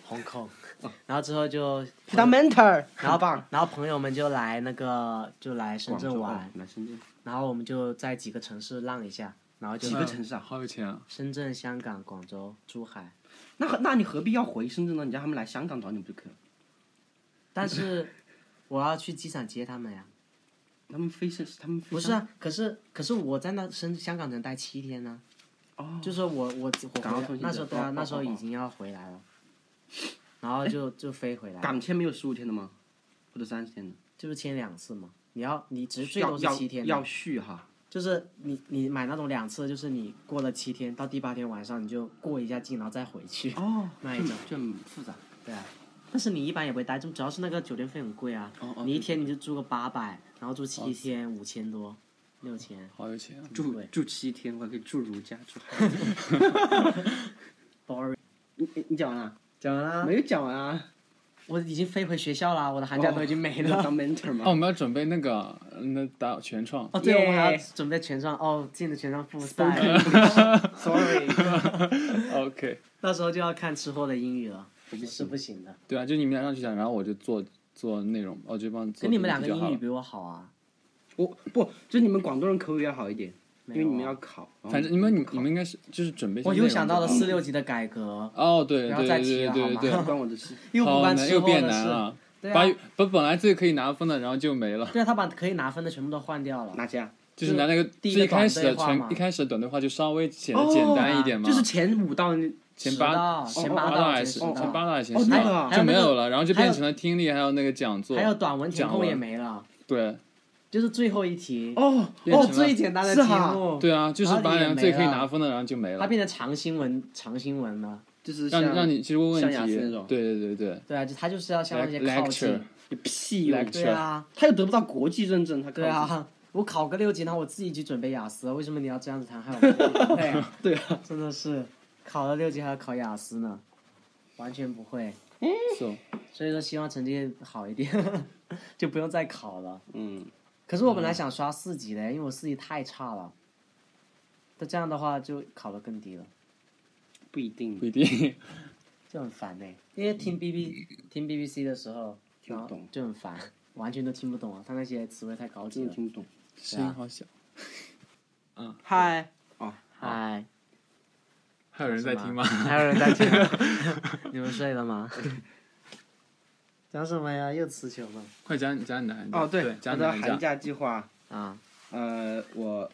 Speaker 1: 红 控，
Speaker 2: 哦
Speaker 1: 然后之后就
Speaker 2: 去当 mentor，
Speaker 1: 然后
Speaker 2: 很棒。
Speaker 1: 然后朋友们就来那个就来 深圳玩，
Speaker 2: 来哦深圳，
Speaker 1: 然后我们就在几个城市浪一下，然后就
Speaker 2: 几个城市啊
Speaker 3: 好有钱啊！
Speaker 1: 深圳、香港、广州、珠海，
Speaker 2: 那何那你何必要回深圳呢？你让他们来香港找你不就可以了？
Speaker 1: 但是我要去机场接他们呀。
Speaker 2: 他们飞深，他们飞
Speaker 1: 不是
Speaker 2: 香
Speaker 1: 啊，可是可是我在那深香港只能待七天呢、
Speaker 2: 哦，
Speaker 1: 就是我我我
Speaker 2: 港澳
Speaker 1: 回
Speaker 2: 通行
Speaker 1: 那时候
Speaker 2: 证
Speaker 1: 对啊
Speaker 2: 哦，
Speaker 1: 那时候
Speaker 2: 哦哦
Speaker 1: 已经要回来了，然后就就飞回来了，
Speaker 2: 港签没有十五天的吗？或者三十天的？
Speaker 1: 就是签两次嘛。你要你只最
Speaker 2: 要
Speaker 1: 多是
Speaker 2: 要
Speaker 1: 七天
Speaker 2: 要
Speaker 1: 的，
Speaker 2: 续哈。
Speaker 1: 就是你你买那种两次，就是你过了七天，到第八天晚上你就过一下境，然后再回去。
Speaker 2: 哦，
Speaker 1: 那
Speaker 2: 这
Speaker 1: 一种
Speaker 2: 么这么复杂。
Speaker 1: 对啊，但是你一般也不会待，就主要是那个酒店费很贵啊，
Speaker 2: 哦哦
Speaker 1: 你一天你就住个八百，然后住七天五千多，六千，
Speaker 3: 好有钱啊！
Speaker 2: 住
Speaker 1: 对
Speaker 2: 住七天，我还可以住如家住好。
Speaker 1: boring。
Speaker 2: 你你你讲完了？
Speaker 1: 讲完啦，
Speaker 2: 没有讲完啊。
Speaker 1: 我已经飞回学校啦，我的寒假都已经没
Speaker 2: 你
Speaker 1: 了
Speaker 2: 要。当 mentor
Speaker 3: 哦，我
Speaker 2: 吗？
Speaker 3: 们要准备那个那打全创
Speaker 1: 哦，对，我们还要
Speaker 2: Yeah
Speaker 1: 准备全上哦，进了全上复赛，
Speaker 2: ，sorry，
Speaker 1: 哦
Speaker 3: ，OK，
Speaker 1: 到时候就要看吃货的英语了，我是
Speaker 2: 不行
Speaker 1: 不行的。
Speaker 3: 对啊，就你们俩上去讲，然后我就做做内容，我就帮
Speaker 1: 可
Speaker 3: 做
Speaker 1: 你们两个
Speaker 3: 就好
Speaker 1: 英语
Speaker 3: 了。
Speaker 1: 比我好啊，
Speaker 2: 我不，就是你们广东人口语要好一点，因为你们要考。然后
Speaker 3: 反正你们你
Speaker 2: 考
Speaker 3: 你们应该是就是准备一些
Speaker 1: 我
Speaker 3: 内容
Speaker 1: 又
Speaker 3: 就好。
Speaker 1: 想到了四六级的改革，
Speaker 3: 哦，对
Speaker 1: 然
Speaker 3: 对
Speaker 1: 后再
Speaker 3: 对
Speaker 1: 提
Speaker 3: 对
Speaker 1: 了
Speaker 3: 对
Speaker 1: 好
Speaker 3: 对，
Speaker 1: 吗
Speaker 2: 关我的事。
Speaker 1: 又不
Speaker 3: 好
Speaker 1: 关
Speaker 3: 难
Speaker 1: 吃
Speaker 3: 又
Speaker 1: 货
Speaker 3: 变
Speaker 1: 的
Speaker 3: 难
Speaker 1: 事，
Speaker 3: 了，
Speaker 1: 对
Speaker 3: 把
Speaker 1: 啊，
Speaker 3: 本本来最可以拿分的，然后就没了，
Speaker 1: 对啊，他把可以拿分的全部都换掉了。
Speaker 2: 哪家？
Speaker 3: 就是拿那个
Speaker 1: 第一个
Speaker 3: 最开始
Speaker 1: 短
Speaker 3: 的
Speaker 1: 对话嘛哦
Speaker 3: 全一开始的短对话就稍微显得简单一点嘛，
Speaker 2: 就是前五道那，
Speaker 3: 前
Speaker 1: 迟
Speaker 3: 八
Speaker 1: 到
Speaker 3: 前
Speaker 1: 前
Speaker 2: 八
Speaker 3: 道
Speaker 1: 道
Speaker 3: 还
Speaker 1: 前
Speaker 3: 是
Speaker 1: 十道
Speaker 3: 前八道还是
Speaker 2: 哦
Speaker 3: 前十
Speaker 2: 那
Speaker 3: 道
Speaker 2: 个啊
Speaker 3: 就没
Speaker 1: 还有那
Speaker 3: 有
Speaker 1: 个
Speaker 3: 了，然后就
Speaker 1: 还有
Speaker 3: 变成了听力还有那个讲座
Speaker 1: 还，有短文填
Speaker 3: 讲
Speaker 1: 空
Speaker 3: 完
Speaker 1: 也没了，
Speaker 3: 对
Speaker 1: 就是最后一题
Speaker 2: 哦
Speaker 3: 变成
Speaker 2: 哦，
Speaker 3: 了
Speaker 1: 最简单的
Speaker 2: 是
Speaker 1: 题
Speaker 2: 哈
Speaker 1: 目，
Speaker 3: 对啊，就是
Speaker 1: 然后
Speaker 3: 把
Speaker 1: 也
Speaker 3: 两个最可
Speaker 1: 没
Speaker 3: 以
Speaker 1: 了
Speaker 3: 拿分的，然后就没了
Speaker 1: 它。变成长新闻长新闻了。
Speaker 2: 就是
Speaker 3: 让
Speaker 2: 像
Speaker 3: 让你去问问
Speaker 2: 像雅思那
Speaker 3: 题
Speaker 2: 种，
Speaker 3: 对对对对
Speaker 1: 对啊，就它就是要向那些靠
Speaker 3: ，lecture
Speaker 1: 近。
Speaker 2: 有屁用，
Speaker 3: lecture，
Speaker 1: 对啊，
Speaker 2: 他又得不到国际认证，他考
Speaker 1: 对啊， 我考个六级，然后我自己去准备雅思，为什么你要这样子谈？害我？ 对啊，
Speaker 2: 对啊，
Speaker 1: 真的是考了六级还要考雅思呢，完全不会。
Speaker 3: So
Speaker 1: 所以说希望成绩好一点， 就不用再考了。
Speaker 2: 嗯，
Speaker 1: 可是我本来想刷四级的，因为我四级太差了。那这样的话就考得更低了，
Speaker 2: 不一定
Speaker 3: 不 一定。
Speaker 1: 就很烦呢、因为听 B B 听 B B C 的时候，
Speaker 2: 嗯听不懂
Speaker 1: 然后就很烦，完全都听不懂啊。他那些词汇太高级
Speaker 2: 真的
Speaker 1: 了。
Speaker 2: 听不懂。
Speaker 3: 声
Speaker 1: 啊
Speaker 3: 音好小。
Speaker 1: 嗨
Speaker 2: 哦，
Speaker 1: 嗨，
Speaker 3: 还有人在听吗？
Speaker 1: 还有人在听？你们睡了 吗？讲什么呀？又词穷了
Speaker 3: 快讲你讲你的寒假。
Speaker 2: 哦，对，我
Speaker 3: 讲你的
Speaker 2: 的
Speaker 3: 寒
Speaker 2: 寒
Speaker 3: 假。
Speaker 2: 假计划，
Speaker 1: 啊！
Speaker 2: 呃，我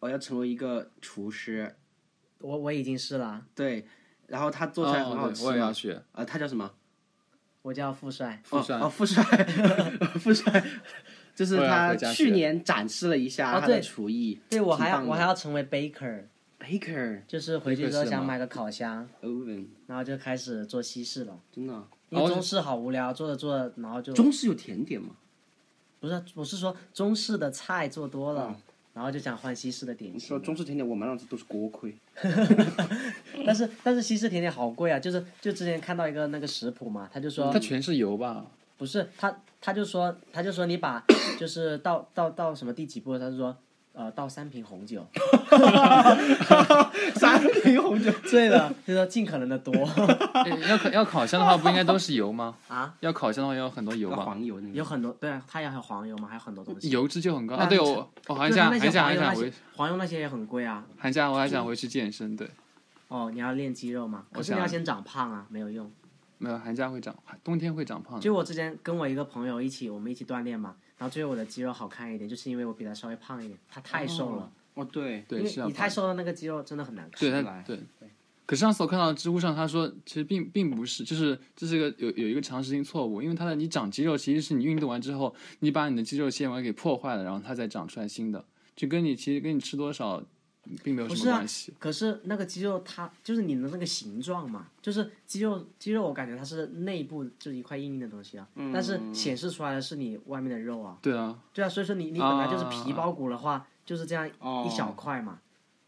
Speaker 2: 我要成为一个厨师，
Speaker 1: 我我已经是了，
Speaker 2: 对，然后他做
Speaker 3: 哦
Speaker 2: 菜很好
Speaker 3: 对
Speaker 2: 吃
Speaker 3: 我也要
Speaker 2: 嘛，
Speaker 3: 学。
Speaker 2: 呃，他叫什么？
Speaker 1: 我叫富帅。
Speaker 3: 富帅
Speaker 2: 哦，哦富帅， 哦富帅，就是
Speaker 3: 我也要
Speaker 2: 他
Speaker 3: 回家
Speaker 2: 去
Speaker 3: 学
Speaker 2: 年展示了一下
Speaker 1: 哦
Speaker 2: 他的
Speaker 1: 对
Speaker 2: 厨艺，
Speaker 1: 对，我还
Speaker 2: 挺
Speaker 1: 要
Speaker 2: 棒
Speaker 1: 我
Speaker 2: 的
Speaker 1: 还要成为 baker，
Speaker 2: baker
Speaker 1: 就是回去之
Speaker 3: Baker
Speaker 1: 后
Speaker 3: 是吗
Speaker 1: 想买个烤箱，
Speaker 2: oven，
Speaker 1: 然后就开始做西式了。
Speaker 2: 真的啊，
Speaker 1: 因为
Speaker 3: 哦
Speaker 1: 中式好无聊，做着做着，然后就
Speaker 2: 中式有甜点吗？
Speaker 1: 不是我是说中式的菜做多了，然后就想换西式的点
Speaker 2: 你
Speaker 1: 心
Speaker 2: 说。中式甜点，我满脑子都是锅盔。
Speaker 1: 但是但是西式甜点好贵啊，就是就之前看到一个那个食谱嘛，他就说
Speaker 3: 它全是油 吧？
Speaker 1: 不是他他就说他就说你把就是到到到什么第几步，他就说呃倒三瓶红酒，
Speaker 2: 三瓶红酒，
Speaker 1: 对 了，就说尽可能的多
Speaker 3: 诶哎要烤要烤箱的话，不应该都是油吗？
Speaker 1: 啊，
Speaker 3: 要烤箱的话，要有很多油吧？
Speaker 2: 黄油那
Speaker 1: 有
Speaker 2: 个。
Speaker 1: 很多对啊，它也还有黄油嘛，还有很多东西。
Speaker 3: 油脂就很高
Speaker 1: 那
Speaker 3: 啊！对我，我还
Speaker 1: 就是
Speaker 3: 想
Speaker 1: 那
Speaker 3: 还
Speaker 1: 些
Speaker 3: 想
Speaker 1: 黄
Speaker 3: 还
Speaker 1: 油
Speaker 3: 想
Speaker 1: 那
Speaker 3: 回
Speaker 1: 些黄油那些也很贵啊。
Speaker 3: 寒假我还想回去健身，对，
Speaker 1: 哦，你要练肌肉嘛？可是
Speaker 3: 想嗯
Speaker 1: 你要先长胖啊，没有用。
Speaker 3: 没有寒假会长，冬天会长胖的。
Speaker 1: 就我之前跟我一个朋友一起，我们一起锻炼嘛，然后最后我的肌肉好看一点，就是因为我比他稍微胖一点，他太瘦了，
Speaker 2: 哦，对，
Speaker 1: 因
Speaker 3: 对，
Speaker 1: 为
Speaker 3: 是要
Speaker 1: 你
Speaker 3: 胖
Speaker 1: 太瘦了，那个肌肉真的很难看。
Speaker 3: 对
Speaker 2: 出
Speaker 3: 他
Speaker 2: 来
Speaker 3: 对。可是上次我看到知乎上他说，其实并并不是，就是这是一个有有一个常识性错误，因为它的你长肌肉其实是你运动完之后，你把你的肌肉纤维给破坏了，然后它再长出来新的，就跟你其实跟你吃多少并没有
Speaker 1: 不
Speaker 3: 什
Speaker 1: 是
Speaker 3: 么
Speaker 1: 啊
Speaker 3: 关系。
Speaker 1: 可是那个肌肉它就是你的那个形状嘛，就是肌肉肌肉，我感觉它是内部就是一块硬硬的东西啊，
Speaker 3: 嗯
Speaker 1: 但是显示出来的是你外面的肉啊。
Speaker 3: 对啊，
Speaker 1: 对啊，所以说你你本来就是皮包骨的话，就是这样
Speaker 3: 哦
Speaker 1: 一小块嘛。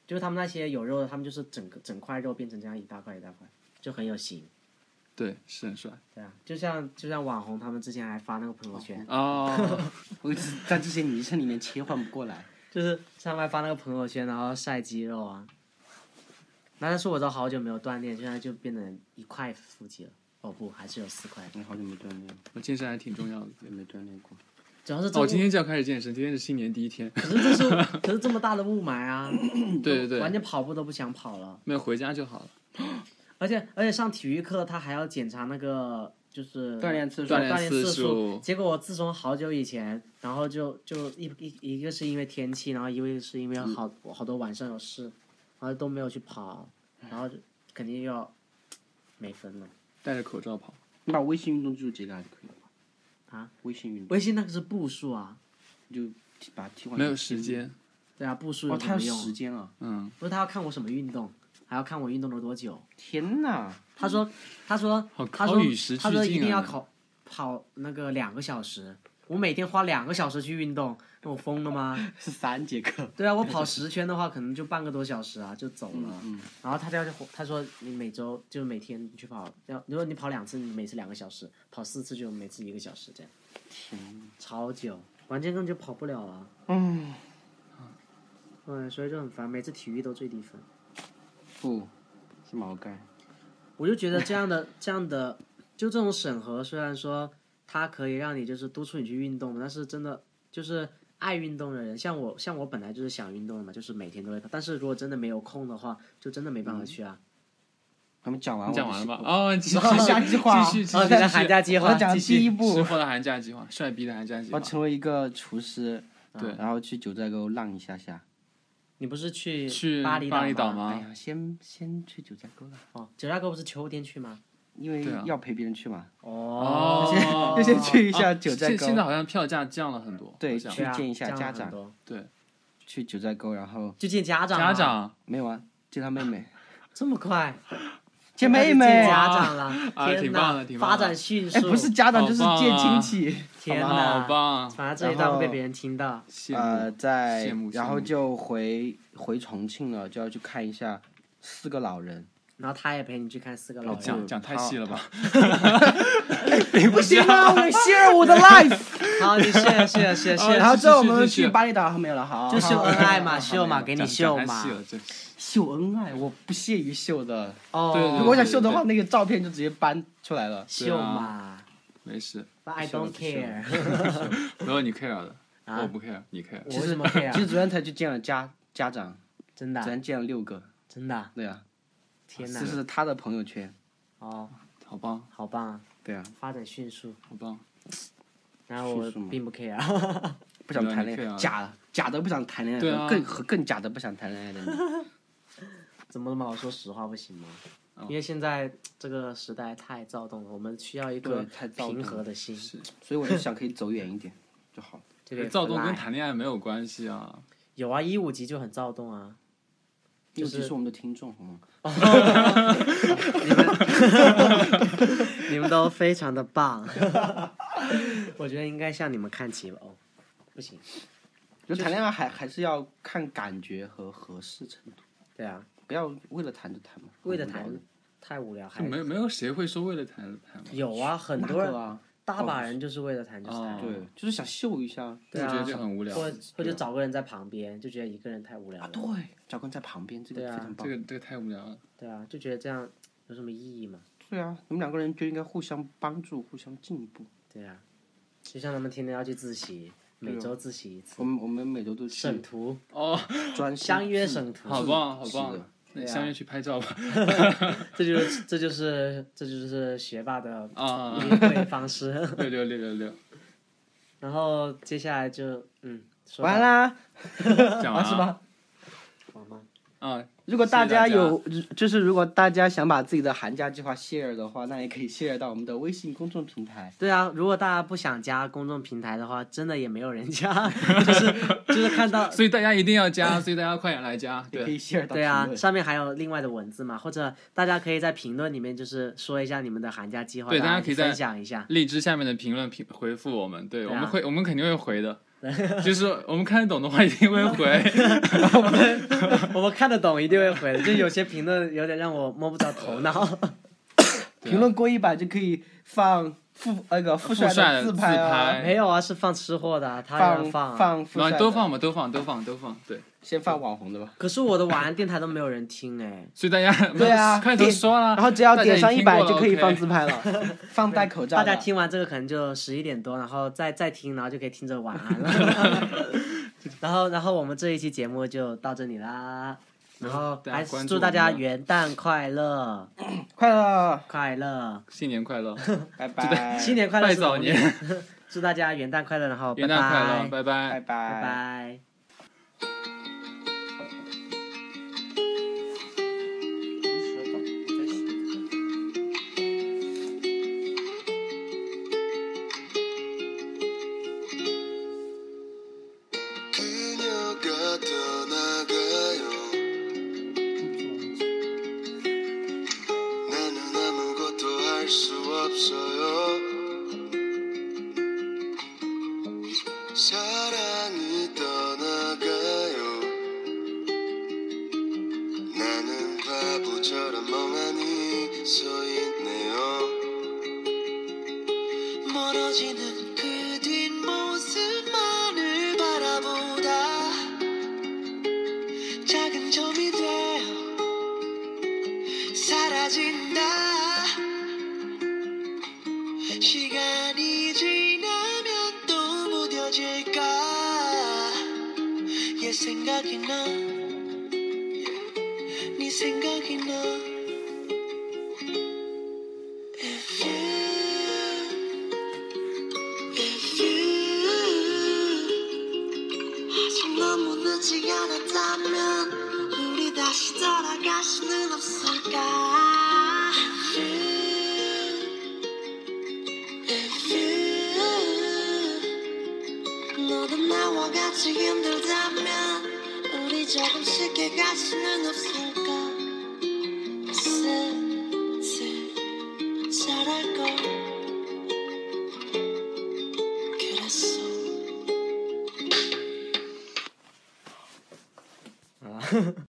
Speaker 1: 就是他们那些有肉的，他们就是整个整块肉变成这样一大块一大块，就很有型。
Speaker 3: 对，是很帅
Speaker 1: 对啊，就像就像网红他们之前还发那个朋友圈，
Speaker 3: 哦，
Speaker 2: 我一直在这些昵称里面切换不过来。
Speaker 1: 就是他们还发那个朋友圈，然后晒肌肉啊。那但是我都好久没有锻炼，现在就变成一块腹肌了。哦不，还是有四块。
Speaker 2: 你好久没锻炼，
Speaker 3: 我健身还挺重要的。
Speaker 2: 也没锻炼过。
Speaker 1: 主要是这雾
Speaker 3: 哦，我今天就要开始健身，今天是新年第一天。
Speaker 1: 可是这是可是这么大的雾霾啊，
Speaker 3: 对对
Speaker 1: 完
Speaker 3: 对，
Speaker 1: 全跑步都不想跑了。
Speaker 3: 没有回家就好了。
Speaker 1: 而且而且上体育课他还要检查那个就是
Speaker 2: 锻炼次数
Speaker 1: 对
Speaker 3: 锻炼
Speaker 1: 炼次
Speaker 3: 次数
Speaker 1: 结果我自从好久以前，然后就就一一一个是因为天气，然后一个是因为
Speaker 2: 嗯
Speaker 1: 好好多晚上有事，然后都没有去跑，然后就肯定又要没分了。
Speaker 3: 戴着口罩跑，
Speaker 2: 你把微信运动记录截给他就可以了。
Speaker 1: 啊？
Speaker 2: 微信运动
Speaker 1: 微信那个是步数啊，
Speaker 2: 就把它替换。
Speaker 3: 没有时。间。
Speaker 1: 对啊，步数
Speaker 2: 哦，
Speaker 1: 有
Speaker 2: 他
Speaker 1: 什
Speaker 2: 有
Speaker 1: 么用啊？
Speaker 2: 时间啊！
Speaker 3: 嗯，
Speaker 1: 不是他要看我什么运动，还要看我运动了多久。
Speaker 2: 天哪，
Speaker 1: 他说，他说
Speaker 3: 好，
Speaker 1: 他
Speaker 3: 好
Speaker 1: 说
Speaker 3: 与时，
Speaker 1: 他
Speaker 3: 俱
Speaker 1: 说
Speaker 3: 进
Speaker 1: 一定要
Speaker 3: 啊
Speaker 1: 考跑那个两个小时。我每天花两个小时去运动，那我疯了吗？
Speaker 2: 是三节课。
Speaker 1: 对啊，我跑十圈的话，可能就半个多小时啊，就走了。
Speaker 2: 嗯
Speaker 1: 然后他叫他说你每周就每天去跑，要如果你跑两次，你每次两个小时；跑四次就每次一个小时，这样
Speaker 2: 天，
Speaker 1: 超久，完全根本就跑不了啊。
Speaker 2: 嗯，
Speaker 1: 嗯，所以就很烦，每次体育都最低分。
Speaker 2: 不，是毛概。
Speaker 1: 我就觉得这样的这样的，就这种审核，虽然说它可以让你就是督促你去运动，但是真的就是爱运动的人，像我像我本来就是想运动的嘛，就是每天都会跑。但是如果真的没有空的话，就真的没办法去啊。
Speaker 2: 还没讲完，
Speaker 3: 你讲
Speaker 2: 我的
Speaker 3: 完了吧
Speaker 2: 计？划？
Speaker 3: 哦，继续
Speaker 2: 寒假
Speaker 3: 继
Speaker 2: 计划
Speaker 3: 续继续
Speaker 1: 哦，
Speaker 3: 继
Speaker 1: 现
Speaker 3: 续
Speaker 1: 在寒假计
Speaker 2: 嗯我
Speaker 1: 划
Speaker 2: 要讲
Speaker 1: 继续
Speaker 2: 第一步
Speaker 3: 识，货的寒假计划，帅逼的寒假计
Speaker 2: 我
Speaker 3: 划。
Speaker 2: 成为一个厨师，啊
Speaker 3: 啊对
Speaker 2: 然后去九寨沟浪一下下。
Speaker 1: 你不是去
Speaker 3: 去
Speaker 1: 巴厘
Speaker 3: 巴厘岛
Speaker 1: 吗？
Speaker 3: 吗
Speaker 2: 哎呀，先先去九寨沟了，
Speaker 1: 哦，九寨沟不是秋天去吗？
Speaker 2: 因为
Speaker 3: 对啊
Speaker 2: 要陪别人去嘛。
Speaker 1: 哦，
Speaker 3: 哦
Speaker 2: 就先去一
Speaker 3: 啊
Speaker 2: 下九寨
Speaker 3: 现现
Speaker 2: 沟，
Speaker 3: 在好像票价降了很多，
Speaker 2: 对
Speaker 3: 好像
Speaker 1: 对啊
Speaker 2: 去见一下
Speaker 1: 这样
Speaker 2: 家
Speaker 1: 很
Speaker 2: 长
Speaker 1: 多
Speaker 2: 去九寨沟，然后
Speaker 1: 就见家长啊，
Speaker 3: 家长
Speaker 2: 没有啊，见他妹 妹，
Speaker 1: 这么快
Speaker 2: 见妹
Speaker 1: 就见
Speaker 2: 妹，
Speaker 1: 家长了，
Speaker 3: 啊
Speaker 1: 天
Speaker 3: 挺
Speaker 1: 哪
Speaker 3: 棒的挺棒
Speaker 1: 发
Speaker 3: 的
Speaker 1: 展迅
Speaker 2: 哎，
Speaker 1: 速，
Speaker 2: 不是家长
Speaker 3: 好
Speaker 2: 就是
Speaker 3: 棒
Speaker 2: 见
Speaker 3: 啊
Speaker 2: 亲戚，
Speaker 1: 天
Speaker 2: 好
Speaker 1: 哪，
Speaker 3: 好棒，啊
Speaker 2: 呃
Speaker 1: 反正这一段会被
Speaker 2: 然后
Speaker 1: 别人听到。
Speaker 3: 羡
Speaker 2: 呃，
Speaker 3: 慕。
Speaker 2: 在
Speaker 3: 羡慕羡
Speaker 2: 然后
Speaker 3: 慕
Speaker 2: 就回回重庆了，就要去看一下四个老人，
Speaker 1: 然后他也陪你去看四个老人。
Speaker 3: 讲讲太细 了吧？
Speaker 2: 不行啊，我 share 我的 life。
Speaker 1: 好，你谢谢谢谢谢。
Speaker 2: 哦然后哦之后我们
Speaker 3: 继续
Speaker 2: 去巴厘岛，没有了，好，
Speaker 1: 就秀
Speaker 2: 好
Speaker 1: 恩爱嘛，
Speaker 2: 好
Speaker 1: 秀嘛，给你秀
Speaker 3: 讲太
Speaker 1: 嘛
Speaker 3: 细。了，真是
Speaker 2: 秀恩爱，我不屑于秀的。
Speaker 3: 对
Speaker 2: 如
Speaker 1: 哦，
Speaker 2: 果想秀的话，那个照片就直接搬出来了。
Speaker 1: 秀嘛
Speaker 3: 没事。
Speaker 1: ，But I don't care。
Speaker 3: 没有你 care 的，
Speaker 1: 啊
Speaker 3: 我不 care，你 care。
Speaker 1: 我为什么啊 care？
Speaker 2: 其实昨天才去见了家家长，
Speaker 1: 真的
Speaker 2: 昨
Speaker 1: 啊
Speaker 2: 天见了六个，
Speaker 1: 真的啊，
Speaker 2: 对啊，
Speaker 1: 天哪
Speaker 2: 这！是他的朋友圈，
Speaker 1: 哦，
Speaker 3: 好棒，
Speaker 1: 好棒啊，
Speaker 2: 对啊，
Speaker 1: 发展迅速。
Speaker 3: 好棒，
Speaker 1: 然后我
Speaker 2: 迅速吗
Speaker 1: 并不 care。
Speaker 2: 不想谈恋
Speaker 3: 对啊
Speaker 2: 爱，
Speaker 3: 你 care
Speaker 2: 假假的不想谈恋
Speaker 3: 对
Speaker 2: 爱，
Speaker 3: 啊
Speaker 2: 更和更假的不想谈恋爱的人，
Speaker 1: 怎么了嘛？我说实话不行吗？
Speaker 2: 哦
Speaker 1: 因为现在这个时代太躁动了，我们需要一个
Speaker 2: 对太躁动
Speaker 1: 平
Speaker 2: 了
Speaker 1: 和的心。
Speaker 2: 所以我就想可以走远一点就好了。
Speaker 1: 这个也
Speaker 3: 躁动
Speaker 1: 不赖
Speaker 3: 跟谈恋爱没有关系啊。
Speaker 1: 有啊，一五级就很躁动啊。
Speaker 2: 尤其是我们的听众，好吗？
Speaker 1: 你们都非常的棒， 我觉得应该向你们看齐吧。哦，不行，
Speaker 2: 就谈恋爱还还是要看感觉和合适程度，
Speaker 1: 对啊，
Speaker 2: 不要为了谈就谈嘛。
Speaker 1: 为了
Speaker 2: 很无聊
Speaker 1: 谈
Speaker 2: 的
Speaker 1: 太无
Speaker 2: 哎
Speaker 1: 聊，还
Speaker 3: 没没有谁会说为了谈谈嘛，
Speaker 1: 有啊，很
Speaker 2: 哪
Speaker 1: 多
Speaker 2: 个
Speaker 1: 人
Speaker 2: 啊，
Speaker 1: 大把人就是为了谈就是谈，
Speaker 3: 哦
Speaker 2: 对，就是想秀一下。
Speaker 3: 我
Speaker 1: 对
Speaker 3: 觉
Speaker 1: 啊
Speaker 3: 得就很无聊。
Speaker 1: 或或者找个人在旁边，就觉得一个人太无聊了，
Speaker 2: 啊对，教官在旁边，这个
Speaker 1: 对啊
Speaker 2: 非常棒。
Speaker 3: 这个这个太无聊了。
Speaker 1: 对啊，就觉得这样有什么意义嘛？
Speaker 2: 对啊，你们两个人就应该互相帮助，互相进步。
Speaker 1: 对啊，就像他们天天要去自习，每周自习一次
Speaker 2: 我，们我们每周都去
Speaker 1: 省图
Speaker 3: 哦，
Speaker 2: 专心
Speaker 1: 相约
Speaker 2: 致
Speaker 1: 省图，
Speaker 3: 好棒，好
Speaker 2: 是的啊
Speaker 3: 棒。那你相约去拍照吧。
Speaker 1: 这就是这就是这就是学霸的
Speaker 3: 啊，
Speaker 1: 约会方式。
Speaker 3: 六六六六六，
Speaker 1: 然后接下来就嗯，说吧
Speaker 2: 完啦，完
Speaker 3: 讲完
Speaker 2: 啊是
Speaker 3: 了
Speaker 2: 吧？
Speaker 1: 完吗？
Speaker 3: 啊，
Speaker 2: 如果大
Speaker 3: 谢谢
Speaker 2: 家
Speaker 3: 大
Speaker 2: 有，就是如果大家想把自己的寒假计划 share 的话，那也可以 share 到我们的微信公众平台。
Speaker 1: 对啊，如果大家不想加公众平台的话，真的也没有人加，就是就是看到。
Speaker 3: 所以大家一定要加，所以大家快点 来加。
Speaker 2: 也可
Speaker 3: 对，
Speaker 2: 以 share 到
Speaker 1: 对
Speaker 2: 评
Speaker 1: 啊，
Speaker 2: 论
Speaker 1: 上面还有另外的文字嘛，或者大家可以在评论里面就是说一下你们的寒假计划，
Speaker 3: 对
Speaker 1: 然后
Speaker 3: 大家可以在
Speaker 1: 分享一下。
Speaker 3: 荔枝下面的评论评回复我们，对
Speaker 1: 对啊
Speaker 3: 我们会，我们肯定会 回的。就是我们看得懂的话，一定会回。
Speaker 1: 我们看得懂，一定会回的。就有些评论有点让我摸不着头脑。
Speaker 3: 对啊
Speaker 2: 评论过一百就可以放富那个富帅
Speaker 3: 富帅的
Speaker 2: 自
Speaker 3: 自
Speaker 2: 拍啊，
Speaker 3: 拍
Speaker 1: 没有啊，是放吃货的啊，他要
Speaker 2: 放
Speaker 1: 放啊。
Speaker 2: 放富帅
Speaker 3: 啊，
Speaker 2: 的
Speaker 3: 都，放吧，都放，都放，都放。对，
Speaker 2: 先放网红的吧。
Speaker 1: 可是我的晚安电台都没有人听哎。
Speaker 3: 所以大家
Speaker 2: 对 啊
Speaker 3: 开头说了，
Speaker 2: 然后只要
Speaker 3: 大家
Speaker 2: 点
Speaker 3: 已
Speaker 2: 上
Speaker 3: 经
Speaker 2: 一百
Speaker 3: 听过
Speaker 2: 就
Speaker 3: 了
Speaker 2: 可以
Speaker 3: OK
Speaker 2: 放自拍了，放戴口罩
Speaker 1: 大
Speaker 2: 的。
Speaker 1: 家听完这个可能就十一点多，然后再再听，然后就可以听着晚安 了。然后，然后我们这一期节目就到这里啦。然后
Speaker 3: 嗯大家
Speaker 1: 还
Speaker 3: 关注
Speaker 1: 祝大
Speaker 3: 我们哦
Speaker 1: 家
Speaker 3: 吧
Speaker 1: 元旦快乐，
Speaker 2: 快乐，
Speaker 1: 快乐，
Speaker 3: 新 年快乐，
Speaker 2: 拜拜，
Speaker 1: 新年快乐，
Speaker 3: 拜早年，，
Speaker 1: 祝大家元旦快乐，然后拜
Speaker 3: 元旦快乐，
Speaker 1: 拜
Speaker 3: 拜
Speaker 2: 拜。
Speaker 3: 拜
Speaker 1: 拜
Speaker 2: 拜。
Speaker 1: 拜。
Speaker 4: 그녀가 떠나가요 나는 아무것도 할 수 없어요 사랑이 떠나가요 나는 바보처럼 멍하니 서 있네요 멀어지는 그 뒷모습만을 바라보다 작은 점이 되어 사라진다 시간이 지나면 또 무뎌질까 옛 생각이 나네 네 생각이 나 If you If you 아직 너무 늦지 않았다면 우리 다시 돌아갈 수는 없을까 If you 너도 나와 같이 힘들다면 우리 조금 쉽게 갈 수는 없을까 슬슬 잘할걸 그랬어.
Speaker 1: 好了。